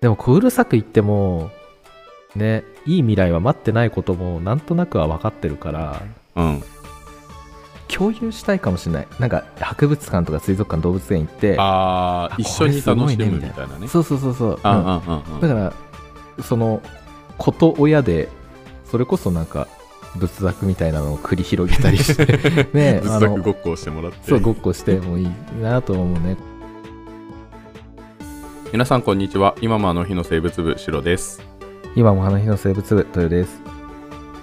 でもこううるさく言ってもねいい未来は待ってないこともなんとなくは分かってるからうん。共有したいかもしれないなんか博物館とか水族館動物園行ってああ、一緒に楽しむみたいなね。そうそうそうそう、あうんあ、あだあ、からその子と親でそれこそなんか仏作みたいなのを繰り広げたりして ね仏あ作のごっこをしてもらって。そうごっこしてもいいなと思うね皆さん、こんにちは。今もあの日の生物部、シロです。今も花火の生物部豊です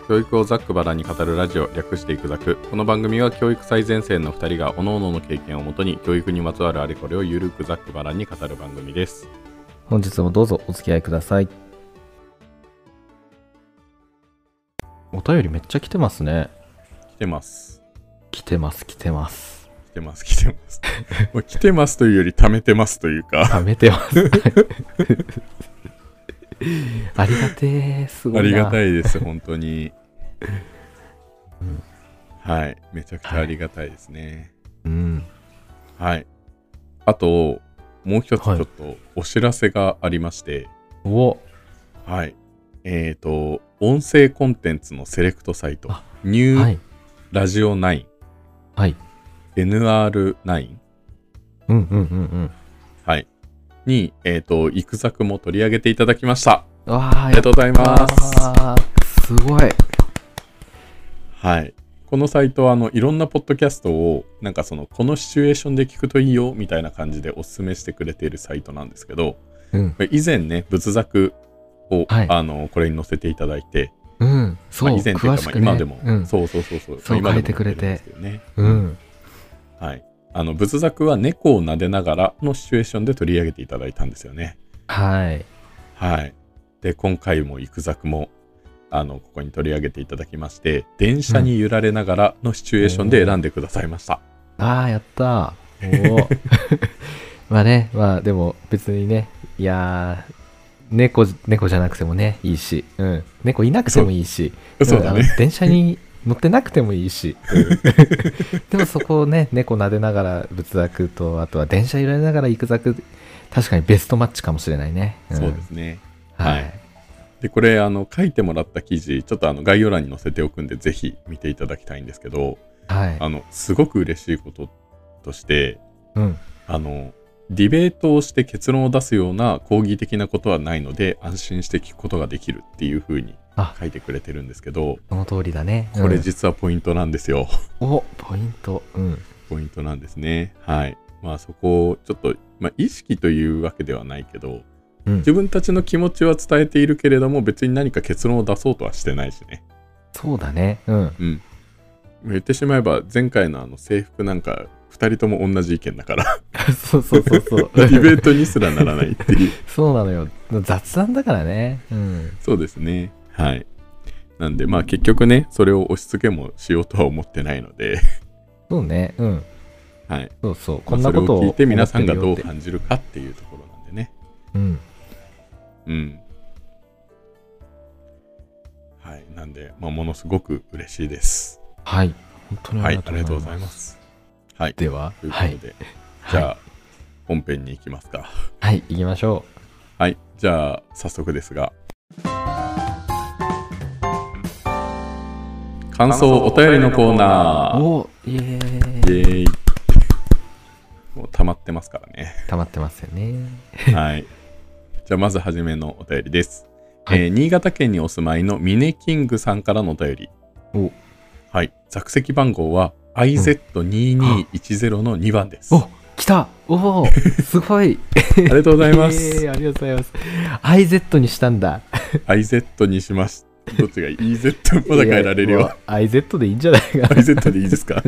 教育をざっくばらんに語るラジオ、略していくざく。この番組は教育最前線の2人が、各々の経験をもとに、教育にまつわるあれこれをゆるくざっくばらんに語る番組です。本日もどうぞお付き合いくださいお便りめっちゃ来てますね来てます。来てます来てます来てます、来て ます。もう来てますというより、溜めてますというか、あめてます ありがてえすごあいりながたいです、本 当にうん。はい。めちゃくちゃありがたいですね。うんはい。あと、もう一つちょはいっとお知らせがありまして、おはい。えっ、と、音声コンテンツのセレクトサイトあ、ニュはーいラジオ9、はい NR9、うんうんうんうんはい、に、えっ、と、行く作も取り上げていただきました。わあありがとうございます。す。すごい。はい。このサイトは、あの、いろんなポッドキャストを、なんかその、このシチュエーションで聞くといいよ、みたいな感じでお勧めしてくれているサイトなんですけど、うん。以前ね仏作を、はいあのこれに載せていただいて、うん。そう、まあ以前という詳か、しまく、あね、今でも、うん。そうそうそうそうそうまあ今書いてくれてでも載ってるんですけうどねん。はいあの仏作は猫を撫でながらのシチュエーションで取り上げていただいたんですよねはい。はいで今回も行く作もあのここに取り上げていただきまして電車に揺られながらのシチュエーションで選んでくださいました、ああ、やったー。おー まあね、まあでも別にね、いやー、猫、猫じゃなくてもね、いいし、うん。猫いなくてもいいし、そうだんねあの電車に乗ってなくてもいいし、 でもそこをね、猫撫でながら仏作と、あとは電車揺られながら行く作、確かにベストマッチかもしれないね。んそうですねははいい。でこれあの書いてもらった記事ちょっとあの概要欄に載せておくんでぜひ見ていただきたいんですけどはい。あのすごく嬉しいこととしてうん。あのディベートをして結論を出すような講義的なことはないので安心して聞くことができるっていうふうにあ書いてくれてるんですけどその通りだね。これうん実はポイントなんですよ、 おポイント。うん。ポイントなんですねはいまあそこをちょっと、まあ、意識というわけではないけどうん自分たちの気持ちは伝えているけれども別に何か結論を出そうとはしてないしねそうだね。 うん。うん言ってしまえば前回のあの制服なんか2人とも同じ意見だからそうそうそう そう。ディベートにすらならないっ ていう。そうなのよ。雑談だからね。うん。そうですね。はい。なんで、まあ結局ね、それを押し付けもしようとは思ってないの で、そうね。うん。はい。そうそう。まこあんなことそを。れを聞いて皆さんがどうか。感じるかっていうところなんでね。うん。うん。はい。なんで、まあものすごく嬉しいです。はい。本当にはあい。りあがとうりがとうごござざいいま。ますす。はい。といでは、うこはとい。で、はいじゃあ、本編に行きますか。はい。行きましょはい。じゃあ、早速ですが。感想お便りのコーナう。ー。おイエイーイ。エーイ。もう溜まってますから ね。溜まってますよね。はい。じゃあまずはじめのお便りです、はいえー新潟県にお住まいのミネキングさんからのお便り。おはい。座席番号は IZ2210 の2番です。お来たおおすごい ありがとうございまイす。エーイありがとうご ざいます。IZ にしたんだ。 IZ にしました。どっちがいい ?EZ まだ変えられいるや。よも。う IZ でいいんじゃないかな。IZ でいいですか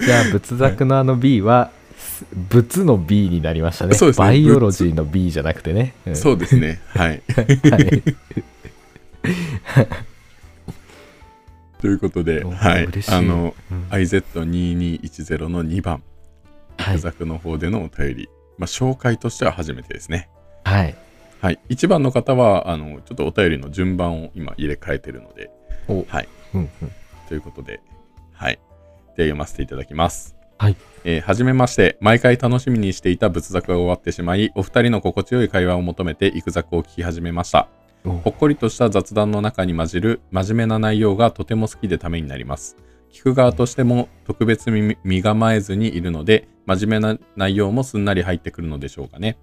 じゃあ仏作のあの B は、す仏の B になりましたねそうですねバイオロジーの B じゃなくてね、うんそうで すね。はい。はい ということで、おはい嬉。しいあの、うん IZ2210 の2番。はいザ作の方でのお便り、まあ、紹介としては初めてですね。はいはい、1番の方はあのちょっとお便りの順番を今入れ替えてるのでおはいうんうんということで、はい、では読ませていただきます。はいえーはじめまして毎回楽しみにしていた仏作が終わってしまいお二人の心地よい会話を求めて行く作を聞き始めましたおほっこりとした雑談の中に混じる真面目な内容がとても好きでためになります聞く側としても特別に身構えずにいるので真面目な内容もすんなり入ってくるのでしょうかね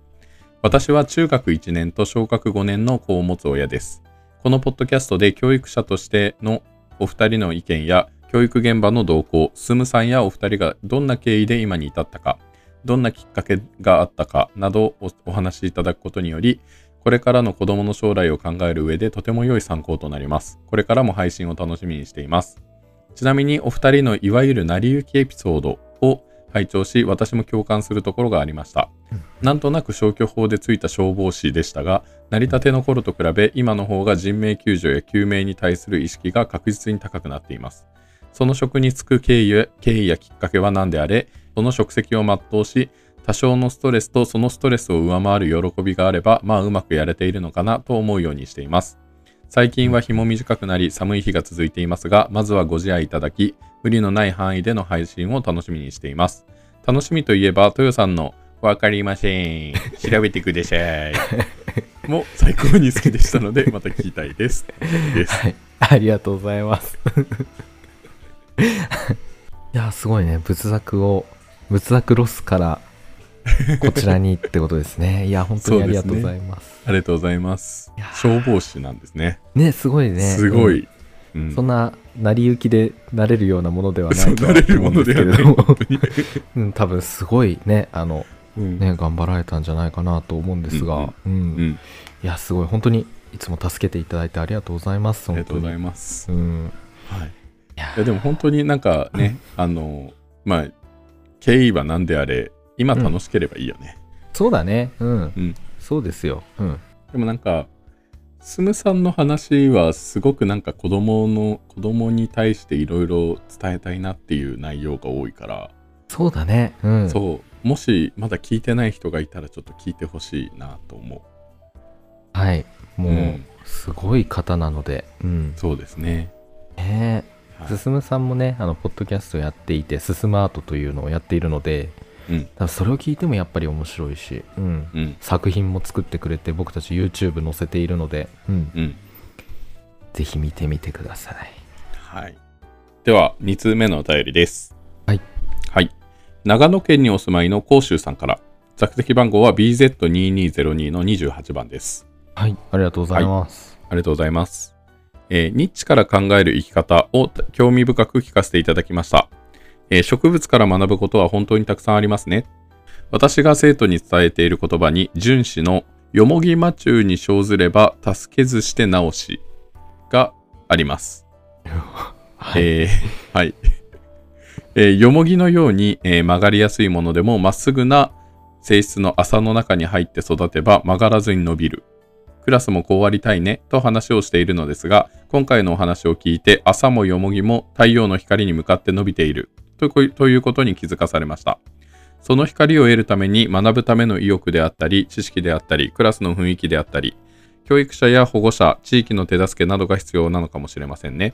私は中学1年と小学5年の子を持つ親ですこのポッドキャストで教育者としてのお二人の意見や教育現場の動向、スムさんやお二人がどんな経緯で今に至ったか、どんなきっかけがあったかなどをおお話しいただくことにより、これからの子供の将来を考える上でとても良い参考となります。これからも配信を楽しみにしています。ちなみにお二人のいわゆる成り行きエピソードを拝聴し、私も共感するところがありました。なんとなく消去法でついた消防士でしたが、成り立ての頃と比べ、今の方が人命救助や救命に対する意識が確実に高くなっています。その職に就く経緯や経緯やきっかけは何であれ、その職責を全うし、多少のストレスとそのストレスを上回る喜びがあれば、まあうまくやれているのかなと思うようにしています。最近は日も短くなり寒い日が続いていますが、まずはご自愛いただき、無理のない範囲での配信を楽しみにしています。楽しみといえば、豊さんのわかりません。調べてください。も最高に好きでした ので、また聞きたいです。ですはい、ありがとうござい ます。いや、すごいね。仏作を、仏作ロスから、こちらにってことですね。いや、本当にありがとうございます。ありがとうございますいや。ー消防士なんですね。ねすごいね。すごうんい。うんそんな、成り行きでなれるようなものではなそういとなはれる思もうんでのすけれではない。ども本、当に うん、多分すごいね、あの、うんね、頑張られたんじゃないかなと思うんですが、うんうんいや、すごい、本当にいつも助けていただいてありがとうございます。あり本がと当うにございます。うん。はい。いいやや、でも本当になんかね、あの、まあ、経緯は何であれ、今楽しければいいよね。そうだね。うん。んそうですよ。うん。でもなんか、スムさんの話はすごくなんか子供の、子供に対していろいろ伝えたいなっていう内容が多いから、そうだね。うん。そう、もしまだ聞いてない人がいたらちょっと聞いてほしいなと思はい。う。もう、ん、すごい方なので。うん。そうですね。ねえはい進さんもね、あの、ポッドキャストやっていて、進むアートというのをやっているので、うんだからそれを聞いてもやっぱり面白いし、うん。うん、作品も作ってくれて、僕たち YouTube 載せているので、うん。うん。ぜひ見てみてください。はい。では、2通目のお便りです。はい。はい。長野県にお住まいの甲州さんから、座席番号は BZ2202 の28番です。はい。ありがとうございます。ありがとうございます。えーニッチから考える生き方を興味深く聞かせていただきました。えー植物から学ぶことは本当にたくさんありますね。私が生徒に伝えている言葉に、荀子のよもぎまちゅうに生ずれば助けずして直しがあります。はい。えー はい。えーよもぎのように、えー曲がりやすいものでもまっすぐな性質の麻の中に入って育てば曲がらずに伸びる。クラスもこうありたいねと話をしているのですが、今回のお話を聞いて朝もよもぎも太陽の光に向かって伸びているとこうということに気づかされました。その光を得るために学ぶための意欲であったり、知識であったり、クラスの雰囲気であったり、教育者や保護者、地域の手助けなどが必要なのかもしれませんね。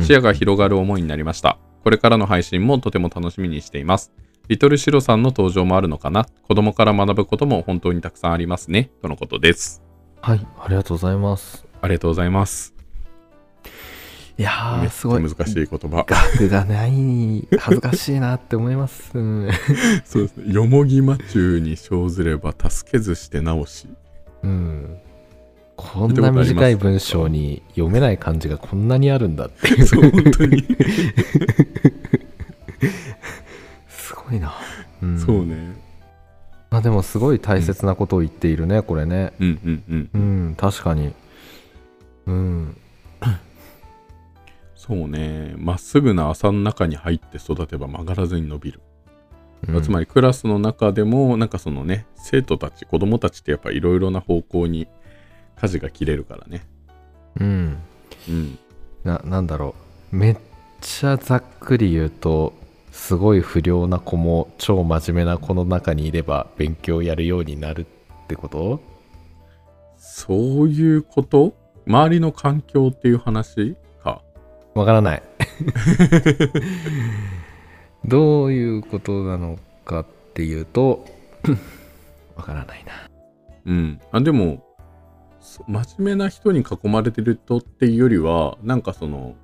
視野が広がる思いになりました。これからの配信もとても楽しみにしています。リトルシロさんの登場もあるのかな子供から学ぶことも本当にたくさんありますね。とのことです。はい。ありがとうございます。ありがとうございます。いやめっー、ちすゃごい。難しい言葉。額がない恥ずかしいなって思います、うん そうですね。よもぎまちゅうに生ずれば助けずして直し。うんこんな短い文章に読めない漢字がこんなにあるんだっていうそう、本当に。すごいな、うんそうね。まあでもすごい大切なことを言っているね、これねうんうんうん。うん確かにうんそうね。まっすぐな麻の中に入って育てば曲がらずに伸びる。つまりりクラスの中でもなんかそのね生徒たち子供たちってやっぱいろいろな方向に舵が切れるからねうんうんななんだろうめっちゃざっくり言うとすごい不良な子も超真面目な子の中にいれば勉強やるようになるってことそういうこと周りの環境っていう話かわからない。どういうことなのかっていうと わからないなうん、あでもそ真面目な人に囲まれてるとっていうよりはなんかその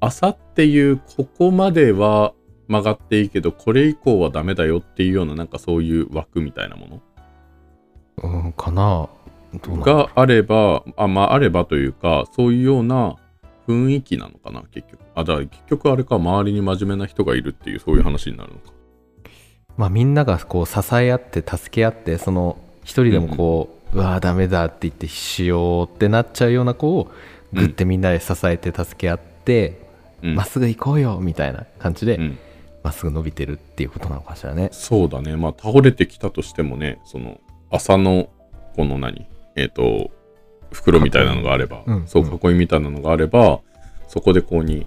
朝っていうここまでは曲がっていいけどこれ以降はダメだよっていうようななんかそういう枠みたいなもうんかなどうのなんだろがあればあまああればというかそういうような雰囲気なのかな結局あだから結局あれか周りに真面目な人がいるっていうそういう話になるのかうまあみんながこう支え合って助け合ってその一人でもこう、うわーダメだって言ってしようってなっちゃうような子をうんグッてみんなで支えて助け合ってうんま、っすぐ行こうよみたいな感じでうん、まっすぐ伸びてるっていうことなのかしらねそうだね、まあ、倒れてきたとしてもね、その朝のこの何、えっ、と、袋みたいなのがあれば、囲いうんそうう、囲いみたいなのがあれば、そこでこうに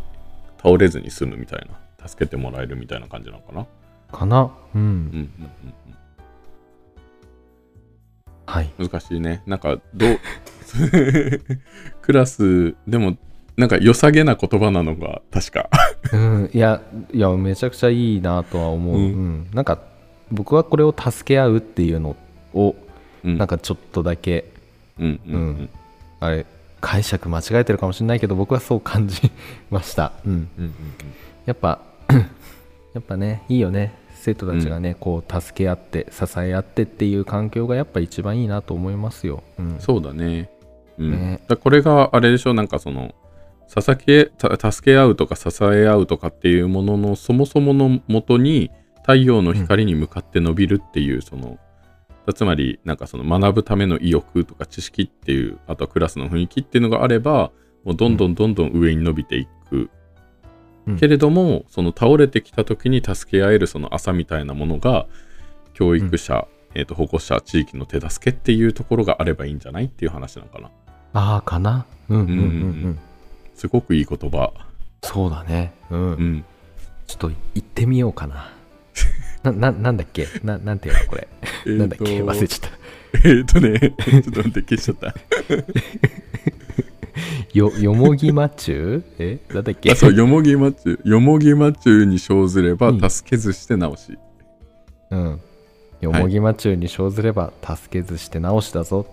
倒れずに済むみたいな、助けてもらえるみたいな感じなのかな。かなううんんうんうんはいうん、難しいね。なんか、どう、 クラス、でも、なんか良さげな言葉なのが確か。うん、いやいやめちゃくちゃいいなとは思う、ううんんなんか僕はこれを助け合うっていうのをうん、なんかちょっとだけうんうんうんあれ解釈間違えてるかもしれないけど僕はそう感じました、うん、うんうんやっぱ やっぱねいいよね生徒たちがね、こう助け合って支え合ってっていう環境がやっぱ一番いいなと思いますよ、うん、そうだね。うん、ねだこれがあれでしょ、なんかその、支えた助け合うとか支え合うとかっていうもののそもそものもとに太陽の光に向かって伸びるっていう、その、つまりなんかその学ぶための意欲とか知識っていう、あとはクラスの雰囲気っていうのがあれば、もうどんどんどんどん上に伸びていく。うんけれども、その倒れてきた時に助け合えるその朝みたいなものが、教育者、えー、と保護者地域の手助けっていうところがあればいいんじゃないっていう話なのかなああかなうんうんうんうん、うんうんうすごくいい言葉そうだねうん、うんちょっと行ってみようか ななななんだっけななんていうのこれ なんだっけ 忘れちちゃったゃったえっ、とね ちょっと待って消しちゃったよよもぎまちゅうえなんだっけあそうよもぎまちゅよもぎまちゅに生ずればうん助けずして直し、うん。よもぎまちゅうに生ずれば助けずして直しだぞ。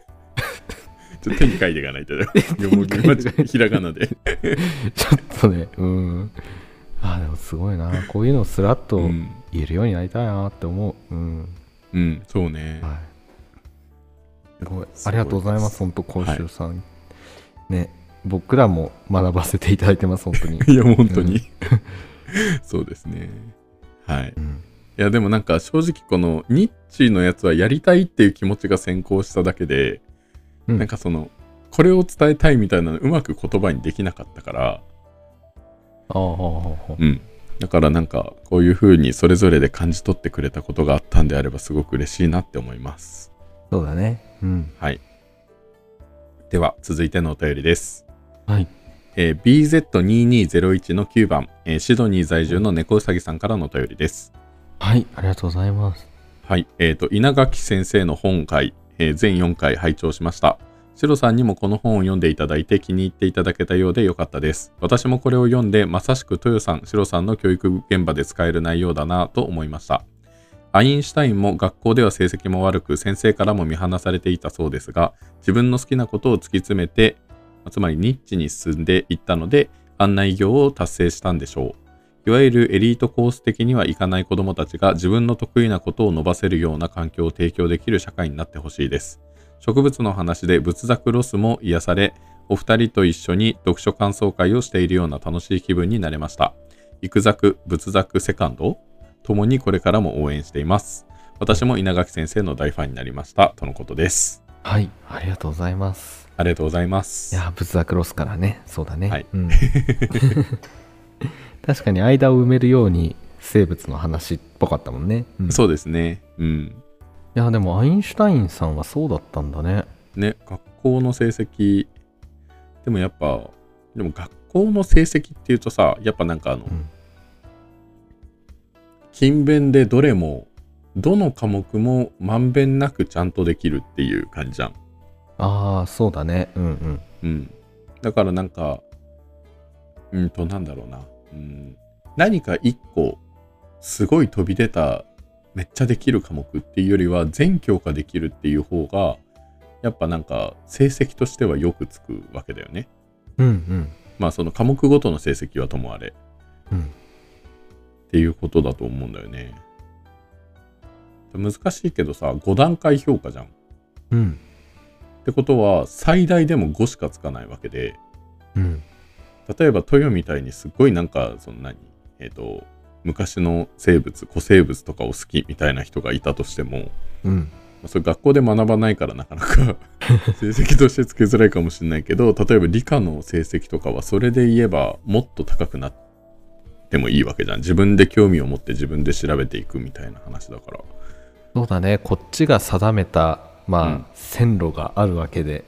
ちょっと手に書いていか ないとだよよもぎまちゅひらがなでちょっとね、うん。あでもすごいな。こういうのをスラッとうん、言えるようになりたいなって思う。うん。うん、そうね、はい。すごい。ありがとうございます。本当、今週さん。ね、僕らも学ばせていただいてます、本当 に。 いや本当に、そうですねはいうん。いやでもなんか正直このニッチのやつはやりたいっていう気持ちが先行しただけで、うんなんかそのこれを伝えたいみたいなのうまく言葉にできなかったから、ああ、ああ、あうん、だからなんかこういう風にそれぞれで感じ取ってくれたことがあったんであればすごく嬉しいなって思いますあ。そうだね。うん。はいでは続いてのお便りですはい。えー BZ2201 の9番、えーシドニー在住の猫うさぎさんからのお便りですはい、ありがとうございます。はい、えっ、と稲垣先生の本会、えー全4回拝聴しました。シロさんにもこの本を読んでいただいて気に入っていただけたようでよかったです。私もこれを読んでまさしく豊さん、シロさんの教育現場で使える内容だなと思いました。アインシュタインも学校では成績も悪く先生からも見放されていたそうですが自分の好きなことを突き詰めてつまりニッチに進んでいったので案内業を達成したんでしょう。いわゆるエリートコース的にはいかない子どもたちが自分の得意なことを伸ばせるような環境を提供できる社会になってほしいです。植物の話で仏作ロスも癒され、お二人と一緒に読書感想会をしているような楽しい気分になれました。育作、仏作セカンドともにこれからも応援しています。私も稲垣先生の大ファンになりました。とのことです。はい、ありがとうございます。ありがとうございまいす。やー仏壇クロスからねそうだね、はいうん 確かに間を埋めるように生物の話っぽかったもんね、うんいそうですね。うん。やでもアインシュタインさんはそうだったんだねね学校の成績でもやっぱでも学校の成績っていうとさやっぱなんかあの、うん勤勉でどれもどの科目もまんべんなくちゃんとできるっていう感じじゃん、ああそうだねうんうんうん、だからなんかうんとなんだろうな、うん、何か一個すごい飛び出ためっちゃできる科目っていうよりは全教科できるっていう方がやっぱなんか成績としてはよくつくわけだよね。うんうんまあその科目ごとの成績はともあれうんっていうことだと思うんだよね。難しいけどさ5段階評価じゃん。っうんてことは最大でも5しかつかないわけで。うん例えばトヨみたいにすっごいなんかその何えっ、と昔の生物古生物とかを好きみたいな人がいたとしてもまうんあそれ学校で学ばないからなかな か成績としてつけづらいかもしれないけど例えば理科の成績とかはそれで言えばもっと高くなってもいいわけじゃん自分で興味を持って自分で調べていくみたいな話だからそうだねこっちが定めたまあ、うん線路があるわけで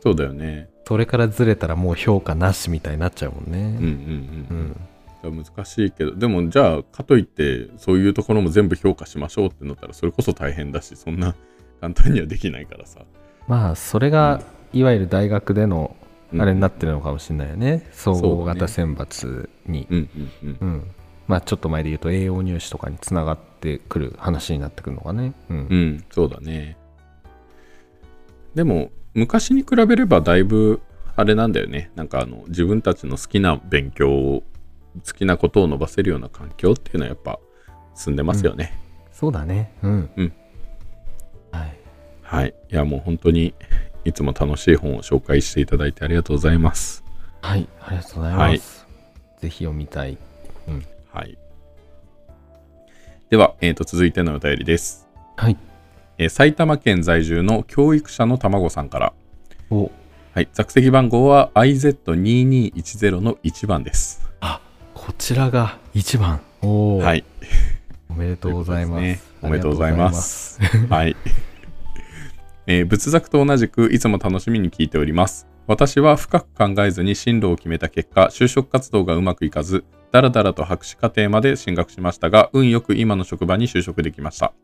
そうだよねそれからずれたらもう評価なしみたいになっちゃうもんうんうねんう、うんんだから難しいけどでもじゃあかといってそういうところも全部評価しましょうってなったらそれこそ大変だしそんな簡単にはできないからさ、まあそれが、いわゆる大学でのうんあれになってるのかもしれないよね、総合そうだね型選抜にうんうんうんうん、まあちょっと前で言うと栄養入試とかにつながってくる話になってくるのかねうん、うんそうだねでも昔に比べればだいぶあれなんだよねなんかあの自分たちの好きな勉強を好きなことを伸ばせるような環境っていうのはやっぱ進んでますよね、そうだねうん、うんはい、はいいやもう本当にいつも楽しい本を紹介していただいてありがとうございますはい、ありがとうございます、ぜひ読みたいはい。では、えーと、続いてのお便りです、はいえー埼玉県在住の教育者の卵さんから。おはい。座席番号は IZ2210 の1番です。こちらが1番おお、はい。おめでとうございますということですねおめでとうございます。はい。えー仏作と同じくいつも楽しみに聞いております。私は深く考えずに進路を決めた結果、就職活動がうまくいかず、だらだらと博士課程まで進学しましたが、運よく今の職場に就職できました。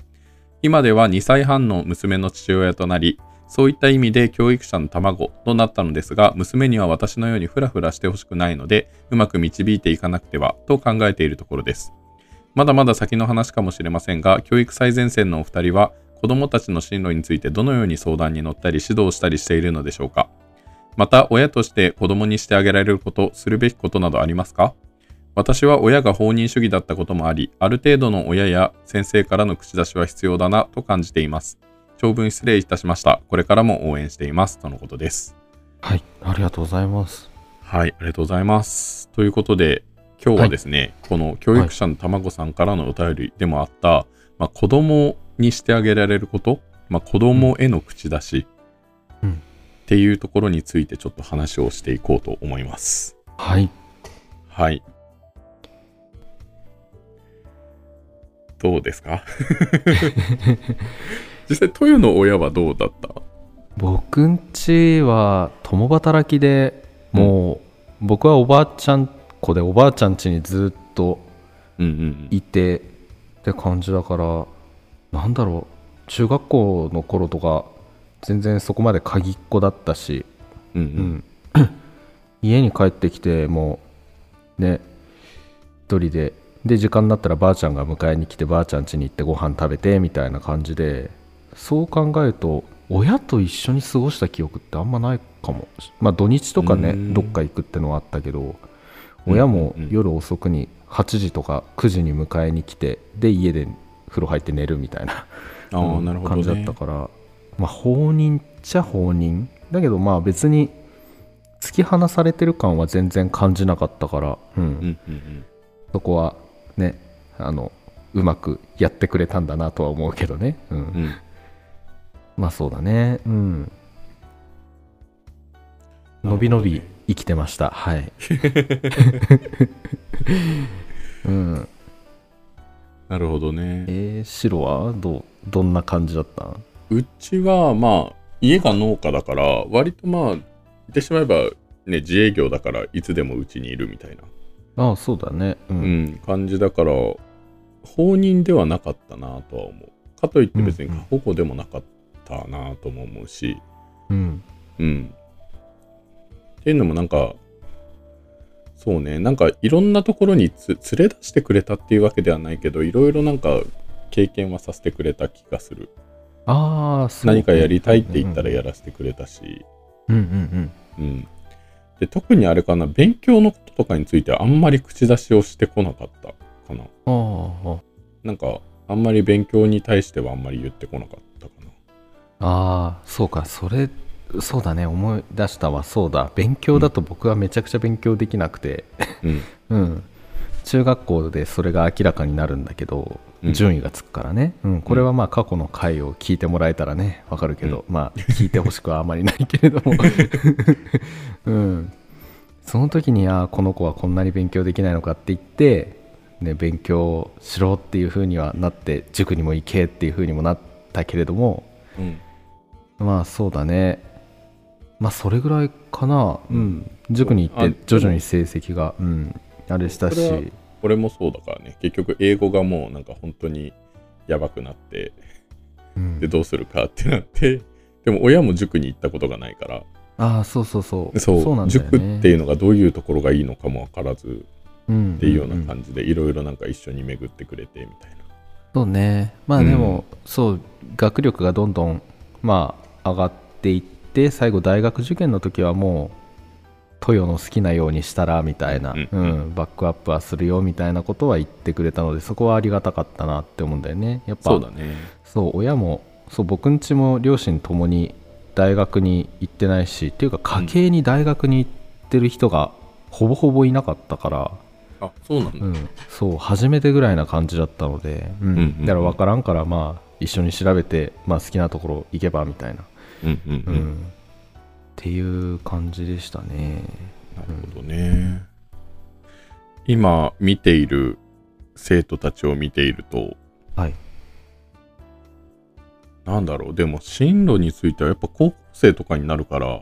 今では2歳半の娘の父親となり、そういった意味で教育者の卵となったのですが、娘には私のようにフラフラしてほしくないので、うまく導いていかなくてはと考えているところです。まだまだ先の話かもしれませんが、教育最前線のお二人は、子どもたちの進路についてどのように相談に乗ったり指導したりしているのでしょうかまた、親として子どもにしてあげられること、するべきことなどありますか私は親が放任主義だったこともあり、ある程度の親や先生からの口出しは必要だなと感じています。長文失礼いたしました。これからも応援しています。とのことです。はいありがとうございますはい、ありがとうございます。ということで、今日はですね、この教育者の卵さんからのお便りでもあった、まあ、子供にしてあげられること、まあ、子供への口出し、うんっていうところについてちょっと話をしていこうと思います。はいはい。どうで すか実際、豊の親はどうだった僕んちは共働きでもう、僕はおばあちゃん子でおばあちゃん家にずっとうんうんいてって感じだからなんだろう中学校の頃とか全然そこまで鍵っ子だったし、うん。うんううんん家に帰ってきてもうね一人でで時間になったらばあちゃんが迎えに来てばあちゃん家に行ってご飯食べてみたいな感じでそう考えると親と一緒に過ごした記憶ってあんまないかもまあ土日とかうねんどっか行くってのはあったけど親もうんうんうん夜遅くに8時とか9時に迎えに来てで家で風呂入って寝るみたいなああ、なるほど、感ね。じだったから、まあ、放任っちゃ放任だけどまあ別に突き放されてる感は全然感じなかったから、うんうんうんうん。そこはねあのうまくやってくれたんだなとは思うけどね、うんうんまあそうだねうん伸び伸び生きてましたはい うんなるほどね。えー、白はどうどんな感じだったんうちはまあ家が農家だから割とまあ言ってしまえばね自営業だからいつでもうちにいるみたいな、ああそうだねううんん、感じだから放任ではなかったなとは思うかといって別にうんうん過保護でもなかったなとも思うしうん、うんっていうのもなんかそうねなんかいろんなところにつ連れ出してくれたっていうわけではないけどいろいろなんか経験はさせてくれた気がするああ、そう何かやりたいって言ったらやらせてくれたし、うんうんうん。うん、で特にあれかな勉強のこととかについてはあんまり口出しをしてこなかったかなあーなんかあんまり勉強に対してはあんまり言ってこなかったかなあー、そうか、それ、そうだね、思い出したわ、そうだ、勉強だと僕はめちゃくちゃ勉強できなくて、うんうん、中学校でそれが明らかになるんだけど、うん順位がつくからね、うん、これはまあ過去の回を聞いてもらえたらねわかるけど、まあ聞いてほしくはあまりないけれど も、うん、その時にあーこの子はこんなに勉強できないのかって言って、ね、勉強しろっていう風にはなって塾にも行けっていう風にもなったけれどもうんまあそうだねまあそれぐらいかな、う、うん塾に行あっでても徐々に成績が、うん、あれしたそれはし。俺もそうだからね結局英語がもうなんか本当にやばくなってうんでどうするかってなってでも親も塾に行ったことがないからああそうそうそうそうなんだよね塾っていうのがどういうところがいいのかも分からずうんっていうよううんな感じでいろいろなんか一緒に巡ってくれてみたいなそうねまあでも、そう学力がどんどんまあ上がっていって最後大学受験の時はもう豊の好きなようにしたらみたいな、うんうん、バックアップはするよみたいなことは言ってくれたのでそこはありがたかったなって思うんだよねやっぱそうだねそう親もそう僕ん家も両親ともに大学に行ってないしっていうか家計に大学に行ってる人がほぼほぼいなかったから、あそうなんだ、うん、そう初めてぐらいな感じだったので、うんうんうんだから分からんからまあ一緒に調べて、まあ、好きなところ行けばみたいな、うんうんううんんっていう感じでしたねなるほどね今見ている生徒たちを見ているとはいなんだろうでも進路についてはやっぱ高校生とかになるからい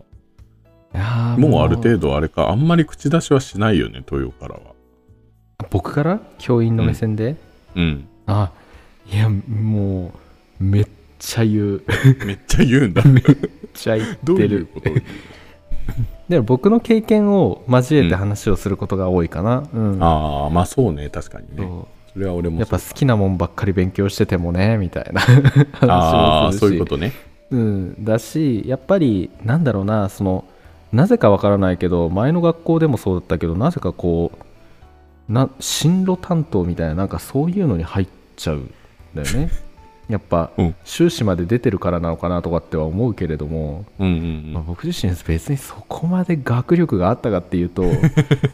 やーもうある程度あれかあんまり口出しはしないよね豊からは僕から教員の目線で、 うんあいやもうめっちゃ言 うめっちゃ言うんだめっちゃ言ってどるういうことを言うで僕の経験を交えて話をすることが多いかな、うんああまあそうね確かにねそそれは俺うもやっぱそ好きなもんばっかり勉強しててもねみたいなう話をああーするしそういうことねうん、だしやっぱりなんだろうなそのなぜかわからないけど前の学校でもそうだったけどなぜかこうな進路担当みたいななんかそういうのに入っちゃうんだよ ねやっぱ、うん修士まで出てるからなのかなとかっては思うけれども、うんうまあ、ん僕自身別にそこまで学力があったかっていう と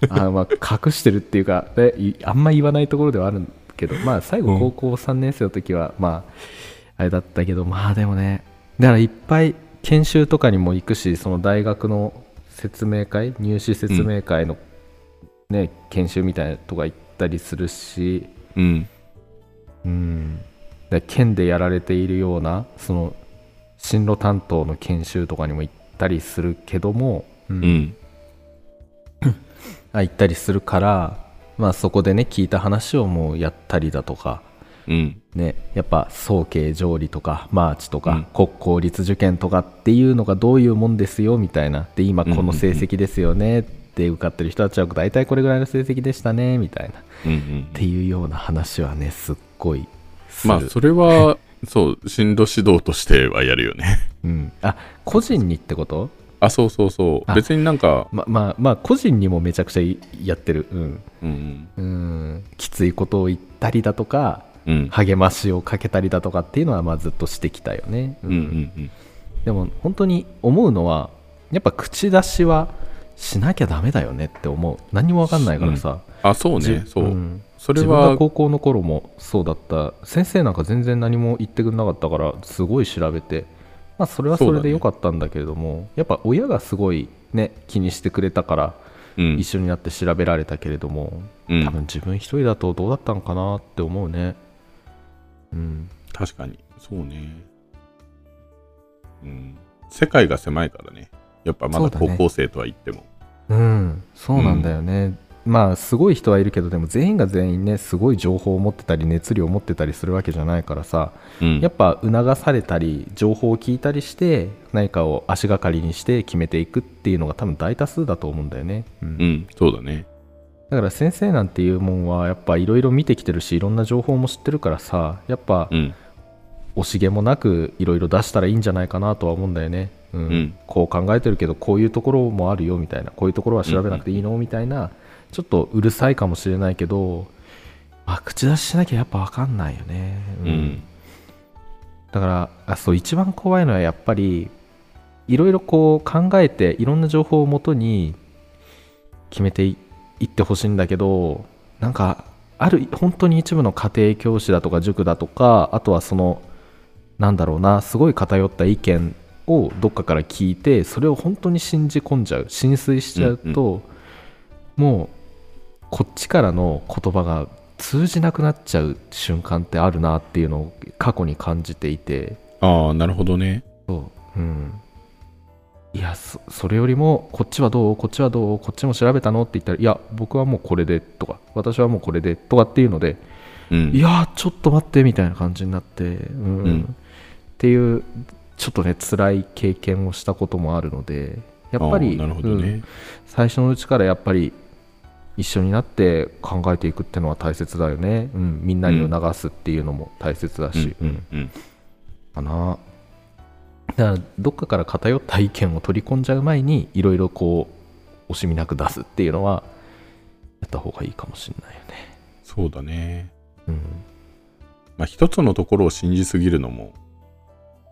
あのまあ隠してるっていうか、ね、いあんま言わないところではあるけど、まあ、最う後ん高校3年生の時は、まああれだったけどまあでもねだからいっぱい研修とかにも行くしその大学の説明会入試説明会の、ね研修みたいなとか行ったりするしうんうんうん、で県でやられているようなその進路担当の研修とかにも行ったりするけども、うんうんあ行ったりするから、まあ、そこでね聞いた話をもうやったりだとか、うんね、やっぱ早慶条理とかマーチとか、うん国公立受験とかっていうのがどういうもんですよみたいなで今この成績ですよねって受かってる人たちは大体これぐらいの成績でしたねみたいなっうんうんていうような話はねすっごいする。まあそれはそう進路指導としてはやるよねうん、あ個人にってこと あそうそうそうあ別になんか、ままあまあ個人にもめちゃくちゃいやってるうんうんうんきついことを言ったりだとかうん、うん励ましをかけたりだとかっていうのはまあずっとしてきたよね、うんうんでも本当に思うのはやっぱ口出しはしなきゃダメだよねって思う何にも分かんないからさ、あそうじねそう、んそれ自分はが高校の頃もそうだった先生なんか全然何も言ってくれなかったからすごい調べて、まあ、それはそれで良かったんだけれども、やっぱ親がすごい、ね、気にしてくれたからうん一緒になって調べられたけれども、うん多分自分一人だとどうだったのかなって思うねうん確かにそうねうん世界が狭いからねやっぱまそだうだね高校生とは言ってもうんそうなんだよね、まあすごい人はいるけどでも全員が全員ねすごい情報を持ってたり熱量を持ってたりするわけじゃないからさ、うんやっぱ促されたり情報を聞いたりして何かを足がかりにして決めていくっていうのが多分大多数だと思うんだよね。ううんんそうだねだから先生なんていうもんはやっぱいろいろ見てきてるしいろんな情報も知ってるからさやっぱうん。惜しげもなくいろいろ出したらいいんじゃないかなとは思うんだよね、うんうんこう考えてるけどこういうところもあるよみたいなこういうところは調べなくていいのみたいなちょっとうるさいかもしれないけど、まあ、口出ししなきゃやっぱ分かんないよね、うん。うん。だからあそう一番怖いのはやっぱりいろいろこう考えていろんな情報をもとに決めていいってほしいんだけどなんかある本当に一部の家庭教師だとか塾だとかあとはそのなんだろうなすごい偏った意見をどっかから聞いてそれを本当に信じ込んじゃう浸水しちゃうと、もうこっちからの言葉が通じなくなっちゃう瞬間ってあるなっていうのを過去に感じていてああ、なるほどね。そう、うん、いやそそれよりもこっちはどうこっちはどうこっちも調べたのって言ったらいや僕はもうこれでとか私はもうこれでとかっていうのでうん。いやーちょっと待ってみたいな感じになって、うんうんっていうちょっとね辛い経験をしたこともあるのでやっぱありあなるほどうんね。最初のうちからやっぱり一緒になって考えていくってのは大切だよね、うん、みんなに促すっていうのも大切だし、うん。うん。かなだからどっかから偏った意見を取り込んじゃう前にいろいろこう惜しみなく出すっていうのはやった方がいいかもしれないよね、そうだね。うん、まあ、一つのところを信じすぎるのも、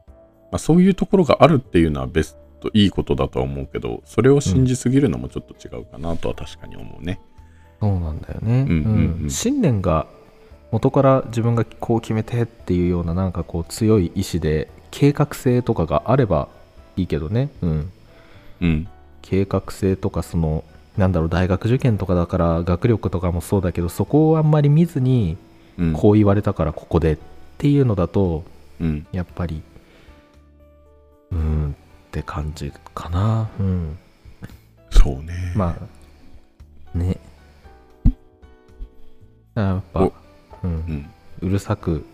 まあ、そういうところがあるっていうのはベストいいことだとは思うけどそれを信じすぎるのもちょっと違うかなとは確かに思うね。そうなんだよね、うんうんうんうん信念が元から自分がこう決めてっていうようななんかこう強い意志で計画性とかがあればいいけどね、うん、うん計画性とかそのなんだろう大学受験とかだから学力とかもそうだけどそこをあんまり見ずにうんこう言われたからここでっていうのだとうんやっぱりうーんって感じかなうんそうね。まあねあやっぱお、う、うんん、うるさく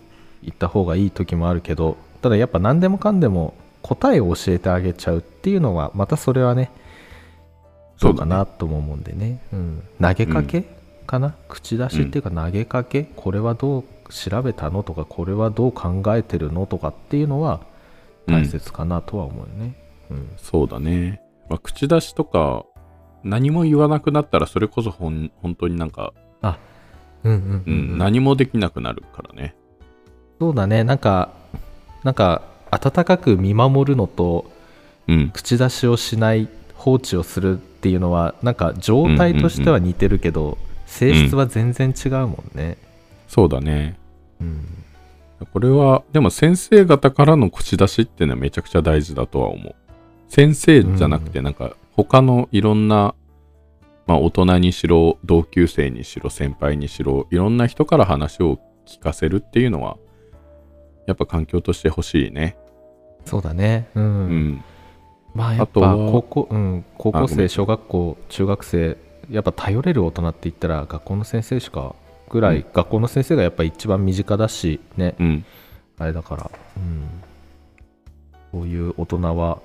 言った方がいい時もあるけどただやっぱ何でもかんでも答えを教えてあげちゃうっていうのはまたそれはねそうかなとも思うんでね、うん、投げかけかな、口出しっていうか投げかけ、これはどう調べたのとかこれはどう考えてるのとかっていうのはそうだ大ね切かなとは思うよね、うんうんそうだね。まあ、口出しとか何も言わなくなったらそれこそほん本当になんか、うんうんうんうん何もできなくなるからね。そうだねなんかなんか温かく見守るのとうん口出しをしない放置をするっていうのはなんか状態としては似てるけど、性質は全然違うもんね、そうだね。うん、これはでも先生方からの口出しっていうのはめちゃくちゃ大事だとは思う先生じゃなくてなんか他のいろんな、まあ、大人にしろ同級生にしろ先輩にしろいろんな人から話を聞かせるっていうのはやっぱ環境として欲しいねそうだねううんんまあやっあとぱは高校,、うん、高あ校ごめ生ん小学校中学生やっぱ頼れる大人って言ったら学校の先生しかぐらい、うん学校の先生がやっぱ一番身近だしね、うんあれだから、うん、そういう大人は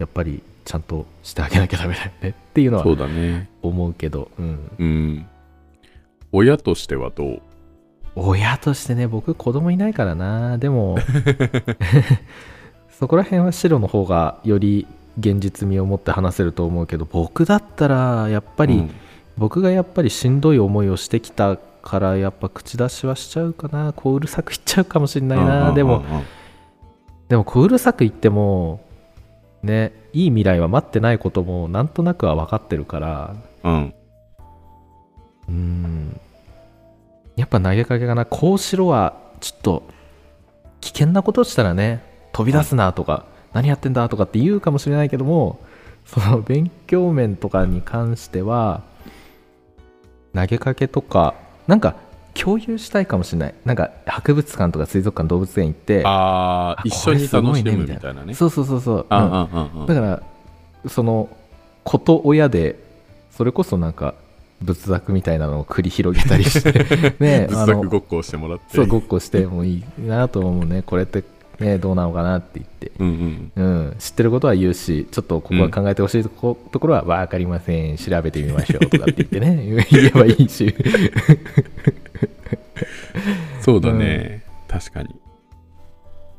やっぱりちゃんとしてあげなきゃダメだよねっていうのそうはだね思うけど、うん、うん親としてはどう親としてね僕子供いないからなで もそこら辺は白の方がより現実味を持って話せると思うけど僕だったらやっぱり、うん僕がやっぱりしんどい思いをしてきたからやっぱ口出しはしちゃうかなこううるさく言っちゃうかもしれないなでもでもこううるさく言ってもねいい未来は待ってないこともなんとなくは分かってるからうんうんうーんやっぱ投げかけかなこうしろはちょっと危険なことをしたらね飛び出すなとか、何やってんだとかって言うかもしれないけどもその勉強面とかに関しては投げかけとかなんか共有したいかもしれないなんか博物館とか水族館動物園行ってあああ一緒に楽しこれすごいねむみみたいなたいなねそうそうそうそう、あうんああああだからその子と親でそれこそなんか仏作みたいなのを繰り広げた りしてね仏あ作のごっこをしてもらってそうごっこしてもいいなと思うねこれってね、どうなのかなって言って、うんうん。うん、知ってることは言うしちょっとここは考えてほしいとこ,、ところは分かりません調べてみましょうとかって言って ね言えばいいしそうだね。確かに。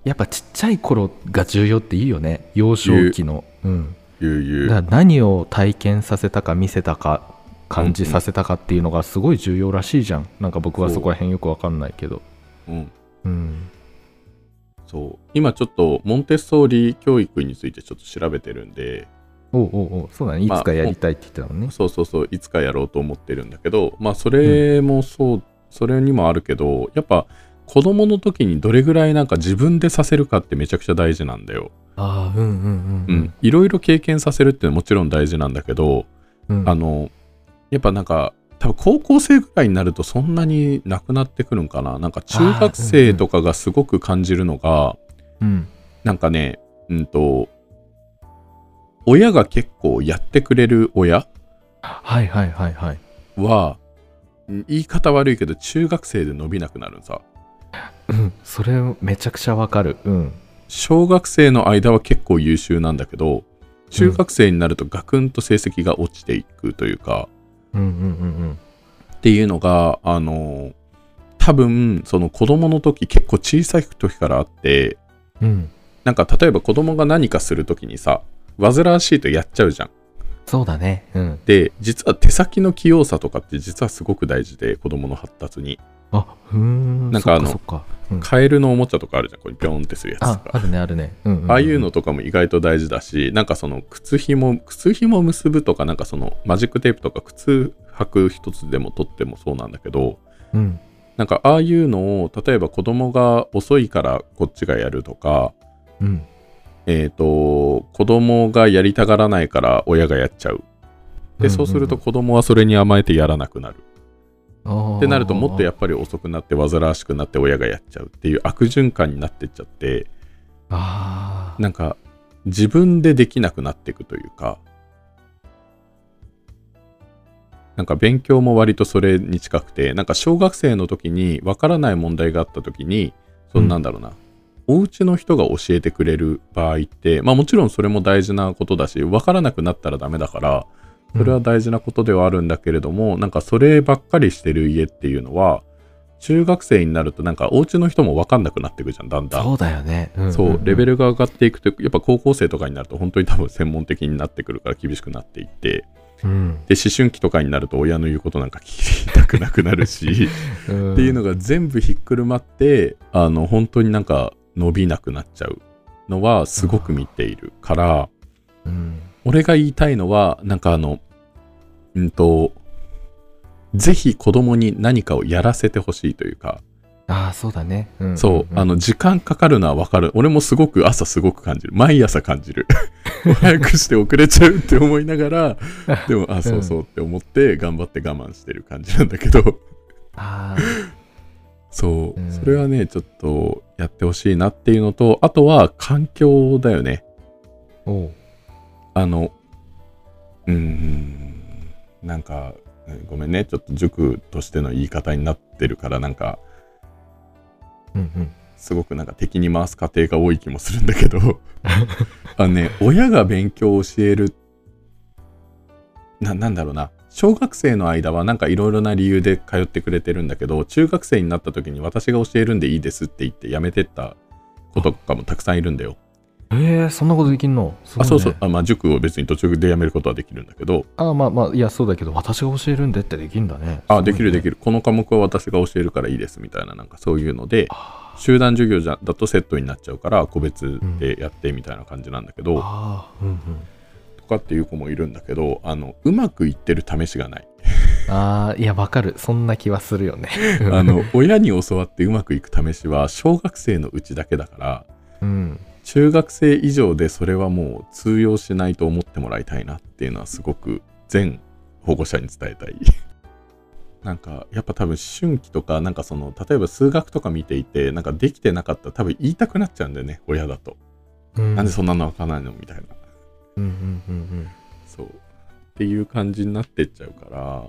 やっぱちっちゃい頃が重要っていいよね幼少期の、うん、ゆうゆだう。から何を体験させたか見せたか感じさせたかっていうのがすごい重要らしいじゃんなんか僕はそこら辺よく分かんないけどうん。うんそう。今ちょっと、モンテッソーリ教育についてちょっと調べてるんで、おうおうおうそうだねいまあつかやりたいって言ってたもんね、そうそうそう、いつかやろうと思ってるんだけど、まあ、それもそう、それにもあるけど、やっぱ、子供の時にどれぐらいなんか自分でさせるかってめちゃくちゃ大事なんだよ。ああうんうんううんん。いろいろ経験させるってのはもちろん大事なんだけど、うん、あの、やっぱなんか、多分高校生ぐらいになるとそんなになくなってくるんかな。なんか中学生とかがすごく感じるのが、うんなんかね、うんと、親が結構やってくれる親はいはいはいはいは、ん言い方悪いけど中学生で伸びなくなるさ。うんそれめちゃくちゃわかるうん小学生の間は結構優秀なんだけど、中学生になるとガクンと成績が落ちていくというか、うんうんうんうんっていうのがあの多分その子供の時結構小さい時からあってうん、なんか例えば子供が何かする時にさ煩わしいとやっちゃうじゃん。そうだね。うん。で実は手先の器用さとかって実はすごく大事で子供の発達にあ、ふーん。なんかあのそっかそっか。うんカエルのおもちゃとかあるじゃんこれピョンってするやつとあ、あか。るね、あるね。うんうんうんああいう。のとかも意外と大事だし、なんかその靴ひも、靴ひも結ぶとか、なんかそのマジックテープとか靴履く一つでも取ってもそうなんだけど、うん。なんかああいうのを例えば子供が遅いからこっちがやるとか、うん。えー、と子供がやりたがらないから親がやっちゃうでそうするとっ子供はそれに甘えてやらなくなるってなるともっとやっっぱり遅くなって煩わしくなって親がやっちゃうっていう悪循環になってっちゃってあーなんか自分でできなくなっていくというかなんか勉強も割とそれに近くてなんか小学生の時にわからない問題があった時にそうんのなんだろうな、お家の人が教えてくれる場合ってまあもちろんそれも大事なことだしわからなくなったらダメだからそれは大事なことではあるんだけれども、なんかそればっかりしてる家っていうのは中学生になるとなんかお家の人もわかんなくなってくじゃんだんだんそうだよね。そう、レル。ベルが上がっていくと、やっぱ高校生とかになると、本当に多分専門的になってくるから厳しくなっていって、うん。で、思春期とかになると親の言うことなんか聞きたくなくなるし、っっていうのが全部ひっくるまって、あの、本当になんか伸びなくなっちゃうのはすごく見ているから、うん。俺が言いたいのは、なんかあの、うんと、ぜひ子供に何かをやらせてほしいというか、ああ、そうだね。うんそう、あ、の、時間かかるのはわかる。俺もすごく朝すごく感じる。毎朝感じる。 早くして遅れちゃうって思いな がら、でも、あ、そうそうって思って、頑張って我慢してる感じなんだけど、あーそうう、んそれはね、ちょっとやってほしいなっていうのと、あとは環境だよね。おうあの、うーん、なんか、ごめんね、ちょっと塾としての言い方になってるから、なんか、うんうん。すごくなんか敵に回す家庭が多い気もするんだけどあのね親が勉強を教えるななんだろうな小学生の間はなんかいろいろな理由で通ってくれてるんだけど中学生になった時に私が教えるんでいいですって言ってやめてった子とかもたくさんいるんだよ。えー、そんなことできんのすごあいねそうそうあ、まあ、塾を別に途中でやめることはできるんだけどあーまあまあ、いや、そうだけど、私が教えるんでってできんだね。あできるできる。るこの科目は私が教えるからいいですみたいななんかそういうのであ集団授業じゃだとセットになっちゃうから個別でやってみたいな感じなんだけど。ーあー、うんうん。とかっていう子もいるんだけどあのうまくいってる試しがない ああ、いや、わかる。そんな気はするよね。あの親に教わってうまくいく試しは小学生のうちだけだからうん。中学生以上でそれはもう通用しないと思ってもらいたいなっていうのはすごく全保護者に伝えたい なんかやっぱ多分思春期とかなんかその例えば数学とか見ていてなんかできてなかったら多分言いたくなっちゃうんだよね親だと、うんなんでそんなのわかんないのみたいなうんうんうんそうっていう感じになってっちゃうから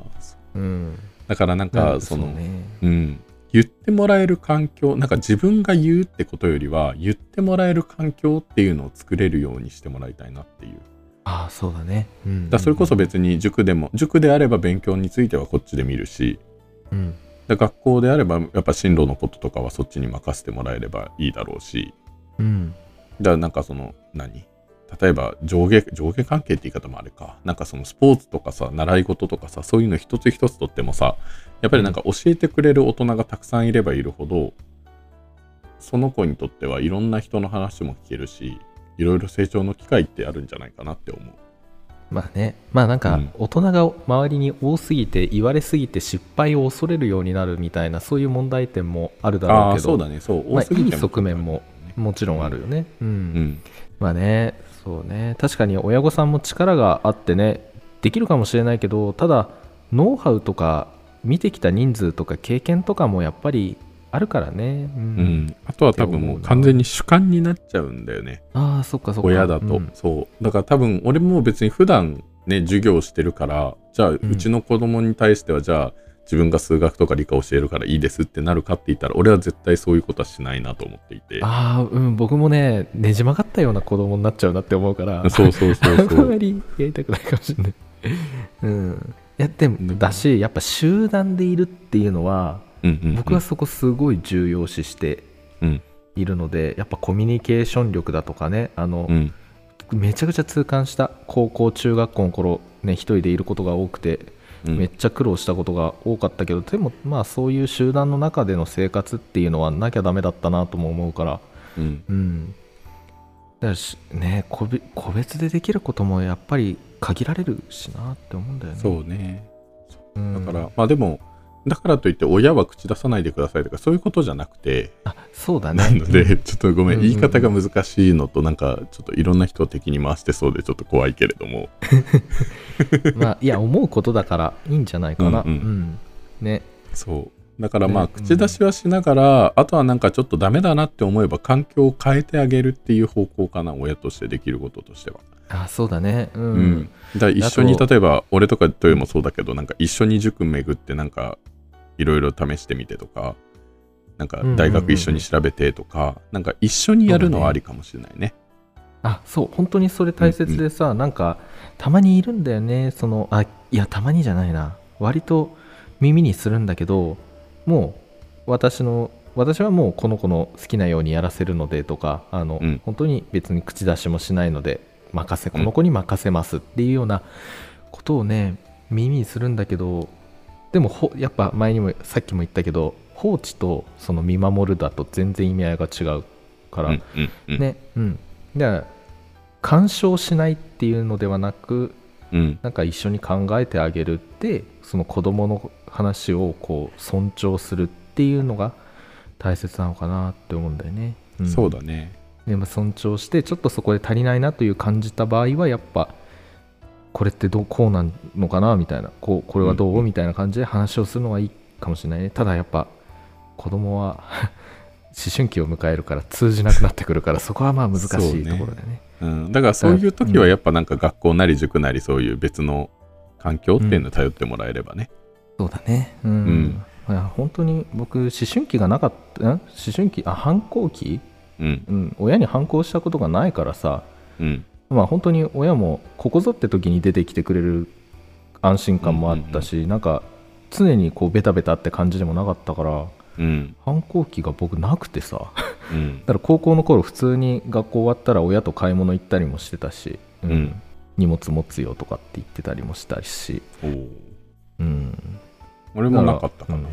うんうんだからなんかそのねうん、言ってもらえる環境なんか自分が言うってことよりは言ってもらえる環境っていうのを作れるようにしてもらいたいなっていうああそうだねうんだからそれこそ別に塾でも塾であれば勉強についてはこっちで見るしうんだから学校であればやっぱ進路のこととかはそっちに任せてもらえればいいだろうしうんだからなんかその何例えば上下上下関係って言い方もあれかなんかそのスポーツとかさ習い事とかさそういうの一つ一つとってもさやっぱりなんか教えてくれる大人がたくさんいればいるほどその子にとってはいろんな人の話も聞けるしいろいろ成長の機会ってあるんじゃないかなって思う。まあねまあなんうかん大人が周りに多すぎて言われすぎて失敗を恐れるようになるみたいなそういう問題点もあるだろあうあーけそうどだねそうまあ多すぎいいて側面ももちろんあるよねうん、うんまあねそうね確かに親御さんも力があってねできるかもしれないけどただノウハウとか見てきた人数とか経験とかもやっぱりあるからねうん、うん、あとは多分もう完全に主観になっちゃうんだよねああそっかそっか親だうと、んそうだから多分俺も別に普段ね授業してるからじゃあうんちの子供に対してはじゃあ自分が数学とか理科教えるからいいですってなるかって言ったら俺は絶対そういうことはしないなと思っていてああうん僕もねねじ曲がったような子供になっちゃうなって思うからそうそうそうあんそうまりやりたくないかもしれないうんいやでうんもだしやっぱ集団でいるっていうのはうんうんうん 僕はそこすごい重要視してうんいるのでやっぱコミュニケーション力だとかねあの、うんめちゃくちゃ痛感した高校中学校の頃ね一人でいることが多くてうんめっちゃ苦労したことが多かったけど、でもまあそういう集団の中での生活っていうのはなきゃダメだったなとも思うからうんうんだからしね個別個別でできることもやっぱり限られるしなって思うんだよねそうねうんだから、まあでもだからといって親は口出さないでくださいとかそういうことじゃなくてあそうだねなので、ちょっとごめん、うんうん言い方が難しいのと、なんか、ちょっといろんな人を敵に回してそうで、ちょっと怖いけれども、うんまあいや思うことだからいいんじゃないかなうんううんんねそう。だからまあ、ねうん口出しはしながら、あとはなんかちょっとダメだなって思えば、環境を変えてあげるっていう方向かな、親としてできることとしては。あそうだねう、うんん。だから一緒に、あと例えば、俺とかトヨもそうだけど、なんか一緒に塾巡って、なんか、いろいろ試してみてとか、なんか大うんうんうんう学ん一緒に調べてとか、なんか一緒にやるのはありかもしれないね。あそう本当にそれ大切でさ、なんかたまにいるんだよねそのあいやたまにじゃないな割と耳にするんだけどもう私の私はもうこの子の好きなようにやらせるのでとかあの、うん本当に別に口出しもしないので任せこの子に任せますっていうようなことをね耳にするんだけどでもほやっぱ前にもさっきも言ったけど放置とその見守るだと全然意味合いが違うから、うんうんうん。ねうんだから干渉しないっていうのではなくうんなんか一緒に考えてあげるってその子供の話をこう尊重するっていうのが大切なのかなって思うんだよね、んそうだね。でも尊重してちょっとそこで足りないなという感じた場合はやっぱこれってどうこうなんのかなみたいなこうこれはどうんううんみたいな感じで話をするのはいいかもしれないねただやっぱ子供は思春期を迎えるから通じなくなってくるからそこはまあ難しそういねところだよねうん、だからそういう時はやっぱなんか学校なり塾なりそういう別の環境っていうのを頼ってもらえればね。そうだねうん、いや本当に僕思春期がなかったん思春期あ反抗期、うん、うん、親に反抗したことがないからさうん、まあ、本当に親もここぞって時に出てきてくれる安心感もあったし、なんか常にこうベタベタって感じでもなかったからうん、反抗期が僕なくてさ だかうん、ら高校の頃普通に学校終わったら親と買い物行ったりもしてたし、うんうん荷物持つよとかって言ってたりもしたし、おーうん、俺もなかったかな。うん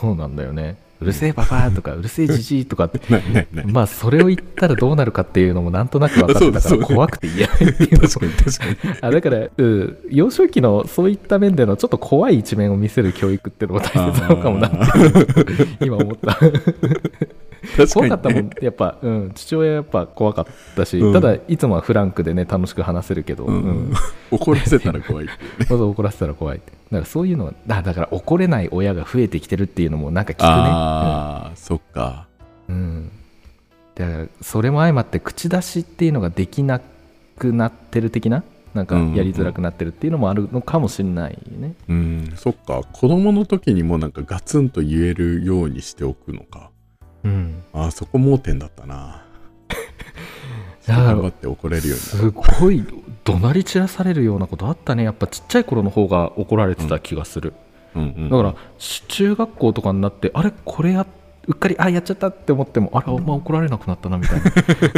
そうなんだよねうるせえパパとかうるせえじじいとかってねねねまあそれを言ったらどうなるかっていうのもなんとなく分かってた かそうだそうだら怖くて言えないっていうのも確かに確かに。あだから、うん、幼少期のそういった面でのちょっと怖い一面を見せる教育ってのも大切なのかもなあってー今思った確か怖にかったもんね。やっぱ、うん、父親やっぱ怖かったし、うんただいつもはフランクでね楽しく話せるけど、ううんん、怒らせたら怖いっていうね。わざ怒らせたら怖いってだからそういうのはだだから怒れない親が増えてきてるっていうのもなんか聞くああ、そっか。ね、うんうん、だからそれも相まって口出しっていうのができなくなってる的ななんかうんうんやりづらくなってるっていうのもあるのかもしれないね。うんそっか子供の時にもなんかガツンと言えるようにしておくのかうん、あそこ盲点だったなだから頑張って怒れるようにすごい怒鳴り散らされるようなことあったねやっぱちっちゃい頃の方が怒られてた気がする、うんうんだからし中学校とかになってあれこれやうっかりあやっちゃったって思ってもあらあんま怒られなくなったなみたいな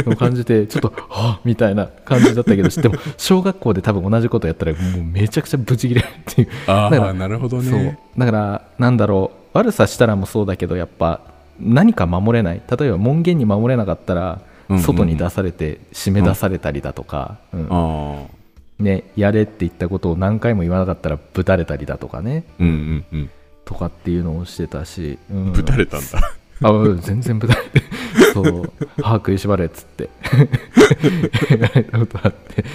の感じでちょっ とはあみたいな感じだったけどでも小学校で多分同じことやったらもうめちゃくちゃブチギレるっていうあだかあらなるほどそうねだからなんだろう悪さしたらもそうだけどやっぱ何か守れない例えば門限に守れなかったらうんうんうん外に出されて締め出されたりだとか、うんああね、やれって言ったことを何回も言わなかったらぶたれたりだとかねうんうんとかっていうのをしてたし、うん、うんぶたれたんだあうん全然ぶたれて そう歯食いしばれっつって 言われたことあって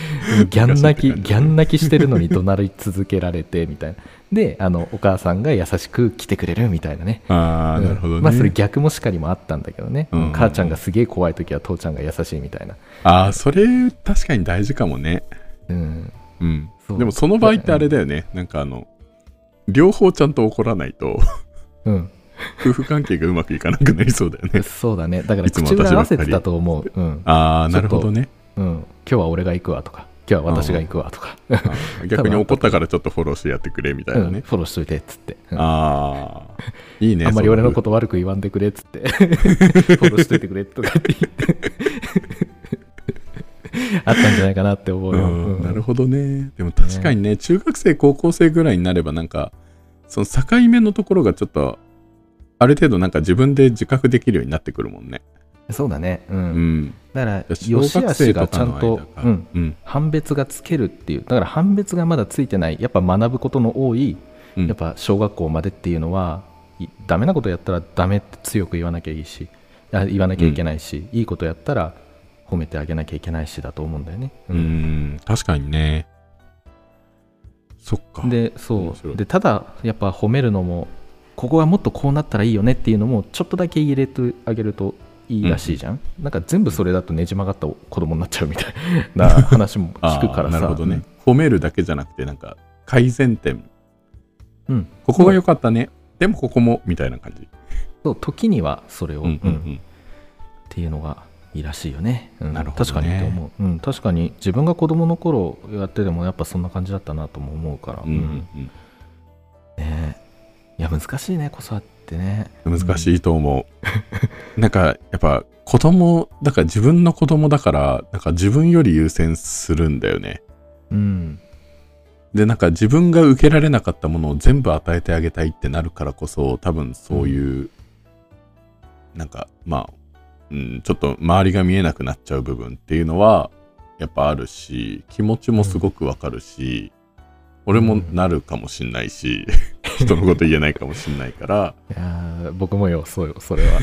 ギャン泣き難しいって感じギャン泣きしてるのに怒鳴り続けられてみたいなであのお母さんが優しく来てくれるみたいなねああうんなるほどね、まあそれ逆もしかりもあったんだけどね、うんうんうん母ちゃんがすげえ怖い時は父ちゃんが優しいみたいな、ああそれ確かに大事かもねうん、うんそうでもその場合ってあれだよねなんかあの両方ちゃんと怒らないと うん、夫婦関係がうまくいかなくなりそうだよ ねそうだねだからいつも口私ば裏っかり合わせてたと思う、うん、ああなるほどねうん、今日は俺が行くわとか今日は私が行くわとか、うあー逆に怒ったからちょっとフォローしてやってくれみたいなんね、フォローしといてっつって、うんああいいねあんまり俺のそこと悪く言わんでくれっつって フォローしといてく れとかって言ってあったんじゃないかなって思うよ、うんうんなるほどねでも確かにね中学生高校生ぐらいになればなんかその境目のところがちょっとある程度なんか自分で自覚できるようになってくるもんねそうだね、うんうんだから小良し学悪生しとがちかゃのん間とか、うん、うん判別がつけるっていうだから判別がまだついてないやっぱ学ぶことの多い、うんやっぱ小学校までっていうのはいダメなことやったらダメって強く言わなきゃいいしあ言わなきゃいけないし、いいことやったら褒めてあげなきゃいけないしだと思うんだよね、うーん、確かにね。そっか。でそ面白いうでただやっぱ褒めるのもここはもっとこうなったらいいよねっていうのもちょっとだけ入れてあげるといいらしいじゃん、なんか全部それだとねじ曲がった子供になっちゃうみたい な話もあ聞ーくからさなるほどね。褒めるだけじゃなくて、なんか、改善点。うん、ここが良かったね。でもここも、みたいな感じ。そう時にはそれを、ううんんうんっていうのがいいらしいよね,、うん、なるほどね確かにって思う、うん、確かに自分が子供の頃やっててもやっぱそんな感じだったなとも思うから、うん。うんうんねいや難しいね子育てってね難い、しいと思う。なんか、やっぱ、子供、だから自分の子供だから、なんか自分より優先するんだよね。うんで、なんか自分が受けられなかったものを全部与えてあげたいってなるからこそ、多分そういう、なんか、まあ、うん、ちょっと周りが見えなくなっちゃう部分っていうのは、やっぱあるし、気持ちもすごくわかるし、俺もなるかもしんないし、 人のこと言えないかもしんないから、いやー僕もよそうよそれは、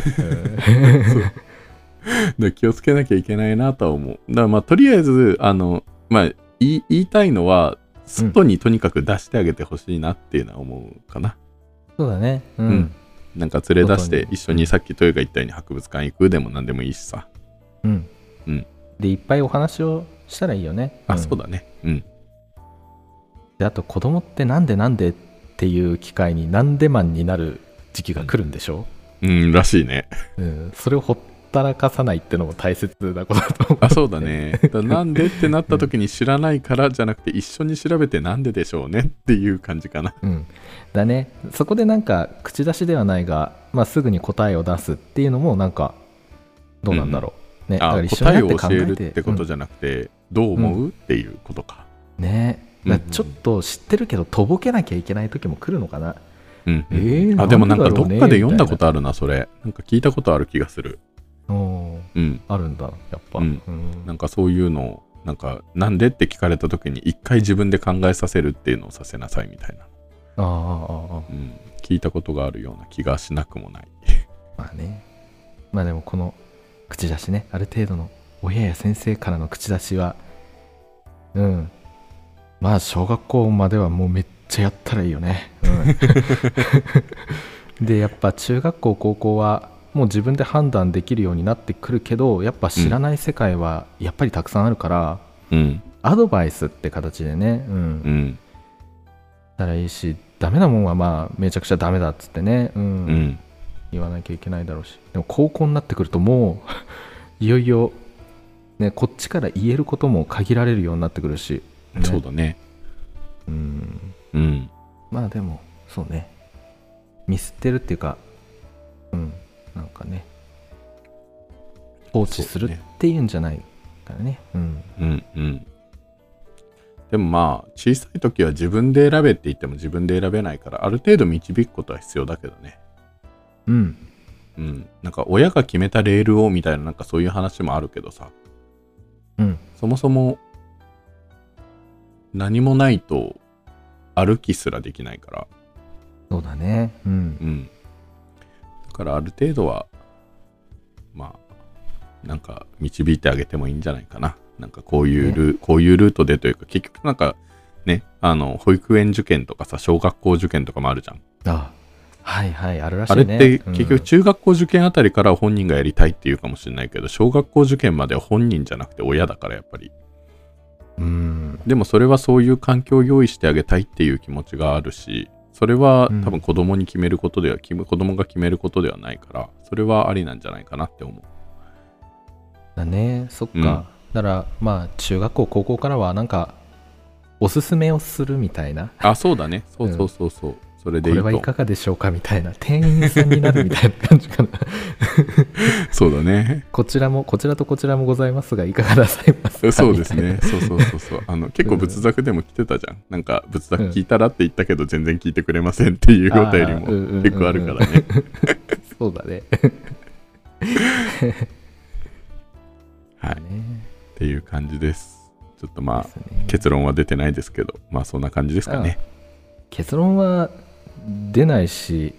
で気をつけなきゃいけないなとは思う。だからまあとりあえずあの、まあ、言い言いたいのは外にとにかく出してあげてほしいなっていうのは思うかな。 そうだねうん、うんなんか連れ出して外に一緒にさっきトヨが言ったように博物館行くでも何でもいいしさ。うんうんでいっぱいお話をしたらいいよねあ、んそうだね。うん。であと子供ってなんでなんでっていう機会になんでマンになる時期が来るんでしょ、うん、らし いね。うん、それをほったらかさないってのも大切なことだと思うあ、そうだね。だからなんでってなった時に知らないからじゃなくて一緒に調べてなんででしょうねっていう感じかな。うん、だねそこでなんか口出しではないが、まあ、すぐに答えを出すっていうのもなんかどうなんだろう、ねだかあら一緒に答えなってを考教ええるてってことじゃなくて、どう思う、っていうことか。うんねうんうんだからちょっと知ってるけどとぼけなきゃいけない時も来るのかなうんうんえーあでもなんかなんでどだろうっねかで読んだことあるなそれなんか聞いたことある気がするおーうんあるんだやっぱ、うんうんなんかそういうのをなんかなんでって聞かれた時に一回自分で考えさせるっていうのをさせなさいみたいあな、ーあーあーうん、聞いたことがあるような気がしなくもないまあねまあでもこの口出しねある程度の親や先生からの口出しはうんまあ小学校まではもうめっちゃやったらいいよね、うん でやっぱ中学校高校はもう自分で判断できるようになってくるけどやっぱ知らない世界はやっぱりたくさんあるから、うんアドバイスって形でね、うんうんたらいいしダメなもんはまあめちゃくちゃダメだっつってね、うんうん言わなきゃいけないだろうしでも高校になってくるともう いよいよ、ね、こっちから言えることも限られるようになってくるし、ねそうだねうんうんまあでもそうねミスってるっていうかうんなんかね放置するっていうんじゃないからねうんうんうんでもまあ小さい時は自分で選べって言っても自分で選べないからある程度導くことは必要だけどねうんうんなんか親が決めたレールをみたいななんかそういう話もあるけどさうんそもそも何もないと歩きすらできないからそうだねうんうん。だからある程度は、まあ、なんか導いてあげてもいいんじゃないかな。なんかこういうルー、こういうルートでというか、結局なんかね、あの、保育園受験とかさ、小学校受験とかもあるじゃん。あはいはいあるらしあいれねってうん結局中学校受験あたりから本人がやりたいっていうかもしれないけど、小学校受験までは本人じゃなくて親だからやっぱり。うんでもそれはそういう環境を用意してあげたいっていう気持ちがあるしそれは多分子供に決めることでは、き子供が決めることではないからそれはありなんじゃないかなって思だねそっか、うんだからまあ中学校高校からはなんかおすすめをするみたいなうあそう だねそうそうそうそう、それこでいいれとはいかがでしょうかみたいな店員さんになるみたいな感じかな そうだねこちらもこちらとこちらもございますがいかがなさいますかそうですみねそうそうそうそうあの結構仏作でも来てたじゃんなんか仏作聞いたらって言ったけど全然聞いてくれませんっていうたいなお便りあーうんうんうんうもん結構あるから ねそうだ ねはいっねていう感じですちょっとまあですね結論は出てないですけどまあそんな感じですかね結論は出ないし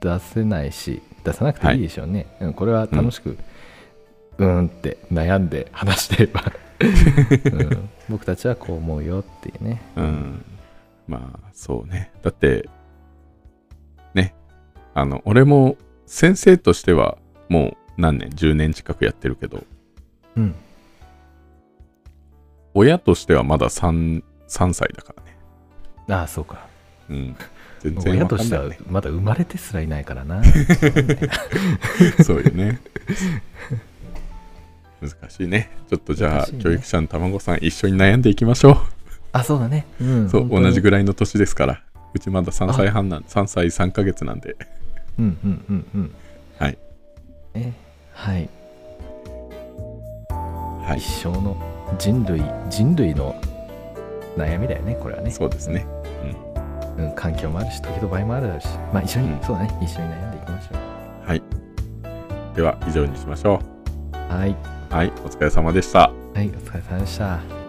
出せないし出さなくていいでしょうね、うんこれは楽しくうーんって悩んで話してれ ば、うん僕たちはこう思うよっていうねうん。まあ、そうね。だって、ね、あの、俺も先生としては、もう何年 ?10 年近くやってるけど、うん親としてはまだ 3, 3歳だからね。ああそうかうん。全然親わとかんないしてはね。まだ生まれてすらいない からなそうよね。難しいね。ちょっとじゃ難あ、しいね教育者の卵さん一緒に悩んでいきましょあそうだね、うう。ん、そう、本当に同じぐらいの年ですから。うちまだ3歳半なん、3歳3ヶ月なんで。うんうんうんうんはいえはいはい一。生の人類人類の悩みだよねこれはねそうですね。うん、環境もあるし時と場合もあるだろうしまあ一緒に、うんそうだね一緒に悩んでいきましょうはい。では、以上にしましょう。はいはい、お疲れ様でした。はいお疲れ様でした